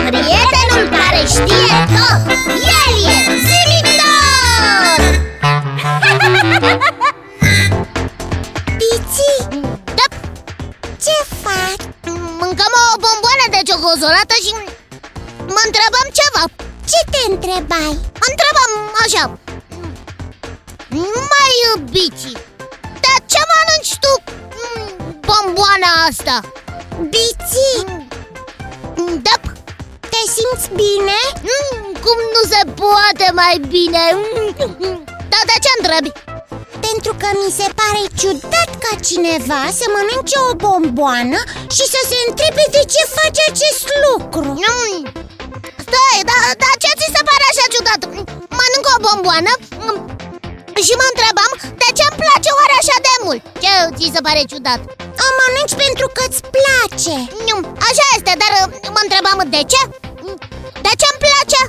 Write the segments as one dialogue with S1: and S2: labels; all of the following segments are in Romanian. S1: da, amozolată și mă întrebam ceva
S2: Ce te întrebai?
S1: Mă întrebam așa Mai uh, iubici, dar ce mănânci tu mm, bomboana asta?
S2: Bici,
S1: Mm, Da,
S2: te simți bine?
S1: mm, cum nu se poate mai bine Mm, mm. Da, de ce întrebi?
S2: Pentru că mi se pare ciudat ca cineva să mănânce o bomboană și să se întrebe de ce face acest lucru
S1: Mm. Stai, dar da, ce ți se pare așa ciudat? Mm, Mănânc o bomboană mm, și mă întrebam de ce îmi place oare așa de mult Ce ți se pare ciudat?
S2: O mănânci pentru că îți place
S1: Mm, Așa este, dar uh, mă întrebam de ce? Mm, De ce îmi place?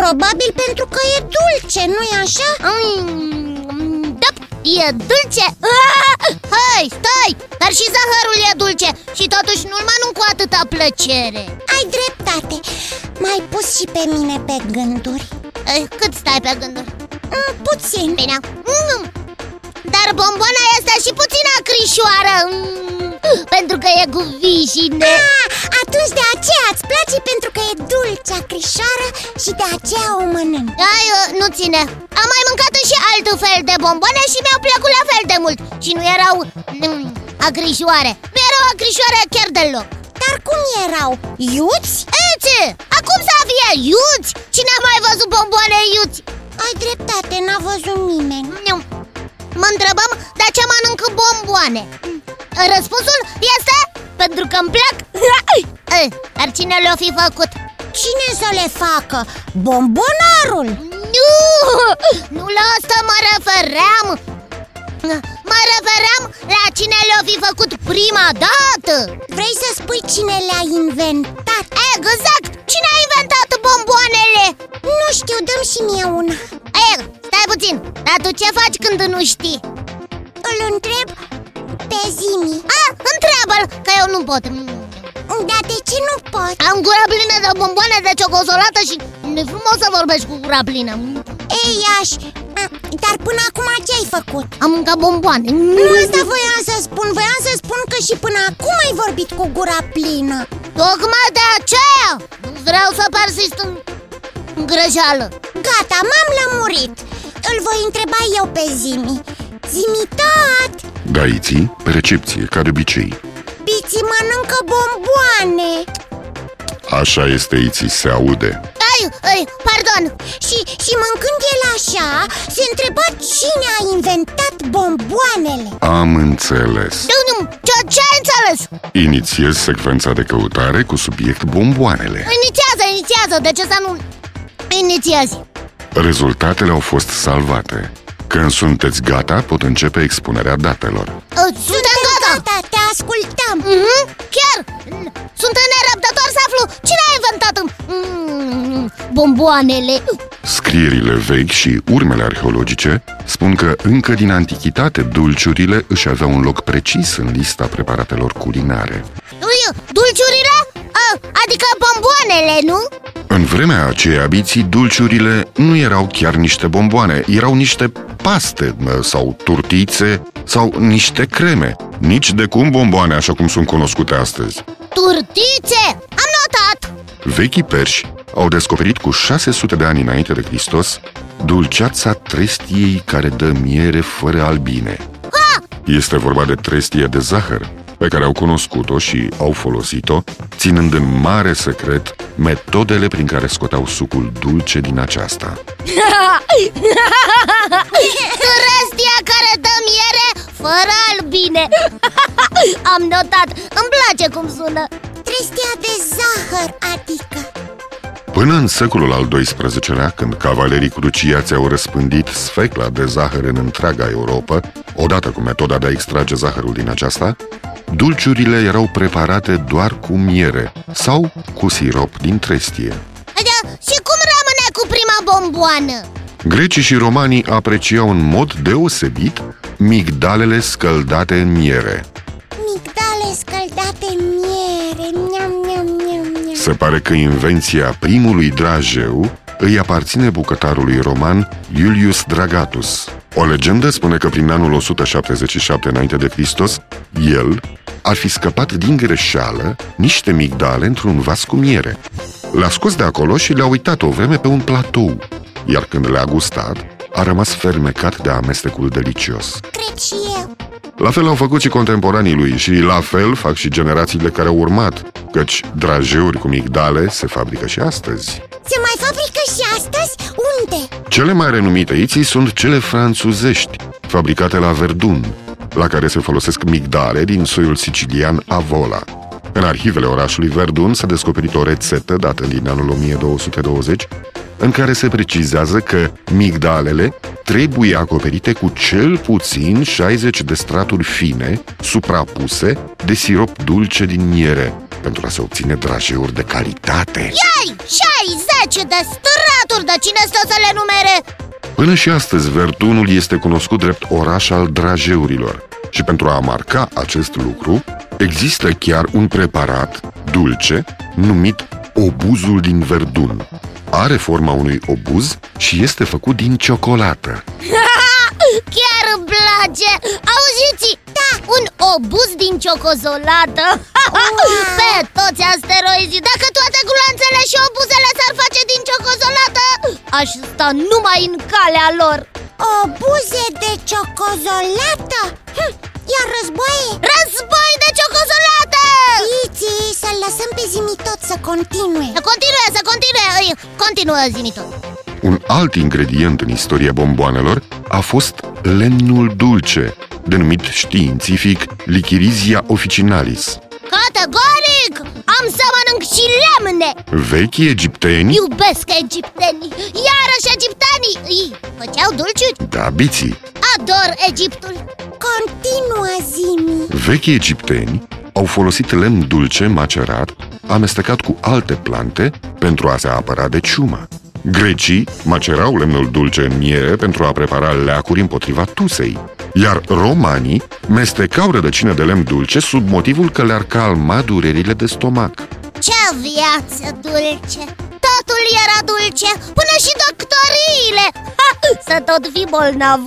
S2: Probabil pentru că e dulce, nu-i așa?
S1: Mm, Da, e dulce Ah! Hai, stai! Dar și zahărul e dulce și totuși nu-l mănânc cu atâta plăcere
S2: Ai dreptate M-ai pus și pe mine pe gânduri
S1: Eh, Cât stai pe gânduri?
S2: Mm,
S1: 嗯
S2: Puțin
S1: Bine mm. Dar bomboana este și puțin acrișoară mm. Pentru că e cu vișine
S2: Ah, atunci de aceea îți place pentru că e dulce, acrișoară și de aceea o mănânc
S1: Ai, eh, nu ține Am mai mâncat și alt fel de bomboane și mi-au plăcut la fel de mult Și nu erau mm, acrișoare Nu erau acrișoare chiar deloc
S2: Dar cum erau? Iuți?
S1: Ece, acum să fie iuți? Cine a mai văzut bomboane iuți?
S2: Ai dreptate, n-a văzut nimeni
S1: Nu. Mă întrebăm de ce mănâncă bomboane Răspunsul este pentru că îmi plac Eh, Dar cine le-o fi făcut?
S2: Cine să le facă? Bombonarul
S1: Nu! Nu la asta mă refeream Mă refeream la cine le-o fi făcut prima dată
S2: Vrei să spui cine le-a inventat?
S1: Exact! Cine a inventat bomboanele?
S2: Nu știu, dăm și mie una
S1: Eh, stai puțin, dar tu ce faci când nu știi?
S2: Îl întreb pe Zimi
S1: A, întreabă-l, că eu nu pot
S2: Dar de ce nu pot?
S1: Am gura plină de bomboane de ciocosolată și nu e frumos să vorbești cu gura plină
S2: Ei, aș... Ah, Dar până acum ce ai făcut?
S1: Am mâncat bomboane
S2: Nu asta voiam să spun, voiam să spun că și până acum ai vorbit cu gura plină
S1: Tocmai de aceea nu vreau să persist în, în greșeală
S2: Gata, m-am lămurit Îl voi întreba eu pe Zimi Zimi, tot!
S3: Gaiții, pe recepție, ca de obicei.
S2: Biții mănâncă bomboane
S3: Așa este, Iții, se aude.
S1: Ai, ai, pardon
S2: și, și mâncând el așa, se întreba cine a inventat bomboanele
S3: Am înțeles.
S1: Nu, nu, ce, ce ai înțeles?
S3: Inițiez secvența de căutare cu subiect bomboanele.
S1: Inițiază, inițiază, de ce să nu inițiezi?
S3: Rezultatele au fost salvate. Când sunteți gata, pot începe expunerea datelor.
S1: Uh, Suntem gata!
S2: Gata, te ascultăm
S1: Mhm, chiar! Sunt nerăbdător să aflu cine a inventat mm, bomboanele
S3: Scrierile vechi și urmele arheologice spun că încă din antichitate dulciurile își aveau un loc precis în lista preparatelor culinare.
S1: Ui, Dulciurile? A, adică bomboanele, nu?
S3: În vremea aceea, biții, dulciurile nu erau chiar niște bomboane, erau niște paste mă, sau turtițe sau niște creme. Nici de cum bomboane așa cum sunt cunoscute astăzi.
S1: Turtițe! Am notat!
S3: Vechii perși au descoperit cu 600 de ani înainte de Hristos dulceața trestiei care dă miere fără albine. Este vorba de trestie de zahăr, pe care au cunoscut-o și au folosit-o, ținând în mare secret metodele prin care scoteau sucul dulce din aceasta.
S1: Trestia care dă miere fără albine Am notat, îmi place cum sună
S2: Trestia de zahăr, adică
S3: Până în secolul al XII-lea, când cavalerii cruciați au răspândit sfecla de zahăr în întreaga Europa, odată cu metoda de a extrage zahărul din aceasta, dulciurile erau preparate doar cu miere sau cu sirop din trestie.
S1: Da, Și cum rămâne cu prima bomboană?
S3: Grecii și romanii apreciau în mod deosebit migdalele scăldate în miere.
S2: Migdale scăldate în miere Miam, miam, miam, miam
S3: Se pare că invenția primului drageu îi aparține bucătarului roman Iulius Dragatus. O legendă spune că prin anul 177 înainte de Hristos, el, ar fi scăpat din greșeală niște migdale într-un vas cu miere. Le-a scos de acolo și le-a uitat o vreme pe un platou, iar când le-a gustat, a rămas fermecat de amestecul delicios.
S2: Cred și eu
S3: La fel au făcut și contemporanii lui și la fel fac și generațiile care au urmat, căci drajeuri cu migdale se fabrică și astăzi.
S2: Se mai fabrică și astăzi? Unde?
S3: Cele mai renumite iții sunt cele franțuzești, fabricate la Verdun, la care se folosesc migdale din soiul sicilian Avola. În arhivele orașului Verdun s-a descoperit o rețetă dată din anul 1220, în care se precizează că migdalele trebuie acoperite cu cel puțin 60 de straturi fine, suprapuse, de sirop dulce din miere, pentru a se obține drajeuri de calitate.
S1: Ei, 60 de straturi de cine stă să le numere?
S3: Până și astăzi, Verdunul este cunoscut drept oraș al drajeurilor. Și pentru a marca acest lucru, există chiar un preparat dulce numit obuzul din Verdun. Are forma unui obuz și este făcut din ciocolată.
S1: Chiar îmi place! Auziți? Da! Un obuz din ciocozolată! Pe toți asteroizii! Dacă toate gloanțele și obuzele s-ar face din ciocozolată, aș sta numai în calea lor!
S2: O buze de ciocozolată? Hm, iar războaie?
S1: Război de ciocozolată!
S2: Iți, să lăsăm pe zimi tot să continue
S1: Să continue, să continue! Îi, Continuă, Zimitul!
S3: Un alt ingredient în istoria bomboanelor a fost lemnul dulce, denumit științific Lichirizia officinalis.
S1: Categoric! Am să mănânc și lemne!
S3: Vechii egipteni,
S1: Iubesc egiptenii! Iarăși egiptenii! Îi, făceau dulciuri?
S3: da, biții,
S1: Ador Egiptul!
S2: Continuă, Zimi
S3: Vechii egipteni au folosit lemn dulce macerat, amestecat cu alte plante, pentru a se apăra de ciumă. Grecii macerau lemnul dulce în miere pentru a prepara leacuri împotriva tusei, iar romanii mestecau rădăcină de lemn dulce sub motivul că le-ar calma durerile de stomac.
S1: Ce viață dulce! Totul era dulce, până și doctoriile! Ha, să tot fi bolnav!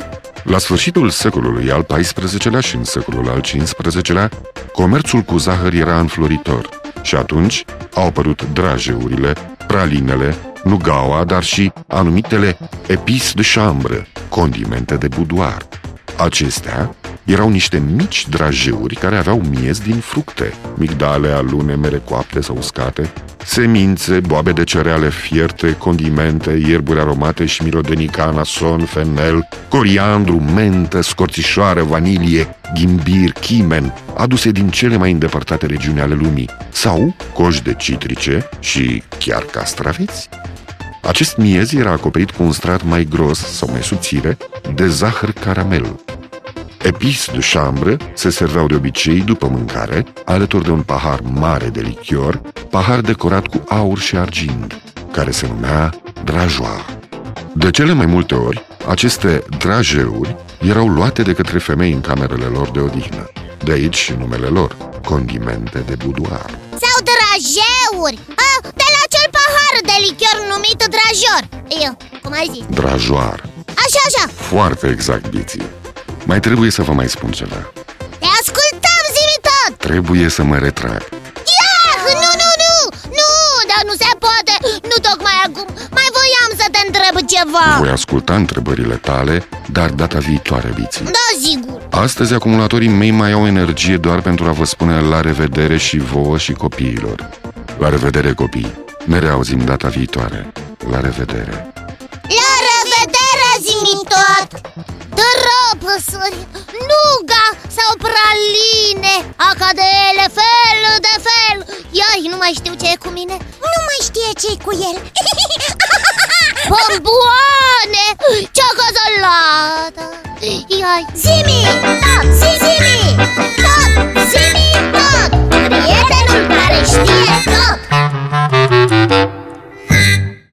S3: La sfârșitul secolului al XIV-lea și în secolul al XV-lea, comerțul cu zahăr era înfloritor și atunci au apărut drajeurile, pralinele, nugaua, dar și anumitele epis de chambre, condimente de budoar. Acestea erau niște mici drajeuri care aveau miez din fructe, migdale, alune, mere coapte sau uscate, semințe, boabe de cereale fierte, condimente, ierburi aromate și mirodenii ca anason, fenel, coriandru, mentă, scorțișoară, vanilie, ghimbir, chimen, aduse din cele mai îndepărtate regiuni ale lumii, sau coși de citrice și chiar castraveți. Acest miez era acoperit cu un strat mai gros sau mai subțire de zahăr caramel. Epis de chambre se serveau de obicei după mâncare, alături de un pahar mare de lichior, pahar decorat cu aur și argint, care se numea drajoar. De cele mai multe ori, aceste drajeuri erau luate de către femei în camerele lor de odihnă. De aici și numele lor, condimente de buduar.
S1: Sau drajeuri! A, de la acel pahar de lichior numit drajor! Eu, cum ai zis?
S3: Drajoar.
S1: Așa, așa!
S3: Foarte exact, Biții. Mai trebuie să vă mai spun ceva.
S1: Te ascultăm, zimi tot!
S3: Trebuie să mă retrag.
S1: Iah, nu, nu, nu! Nu, dar nu se poate! Nu tocmai acum! Mai voiam să te întreb ceva!
S3: Voi asculta întrebările tale, dar data viitoare, Biții.
S1: Da, sigur!
S3: Astăzi acumulatorii mei mai au energie doar pentru a vă spune la revedere și vouă și copiilor. La revedere, copii! Ne reauzim data viitoare. La revedere!
S1: La revedere, zimi tot! Drăpăsuri, nuga sau praline Aca de ele fel de fel Iai, nu mai știu ce e cu mine
S2: Nu mai știe ce cu el
S1: Bomboane, ciocozolată Iai Zimi!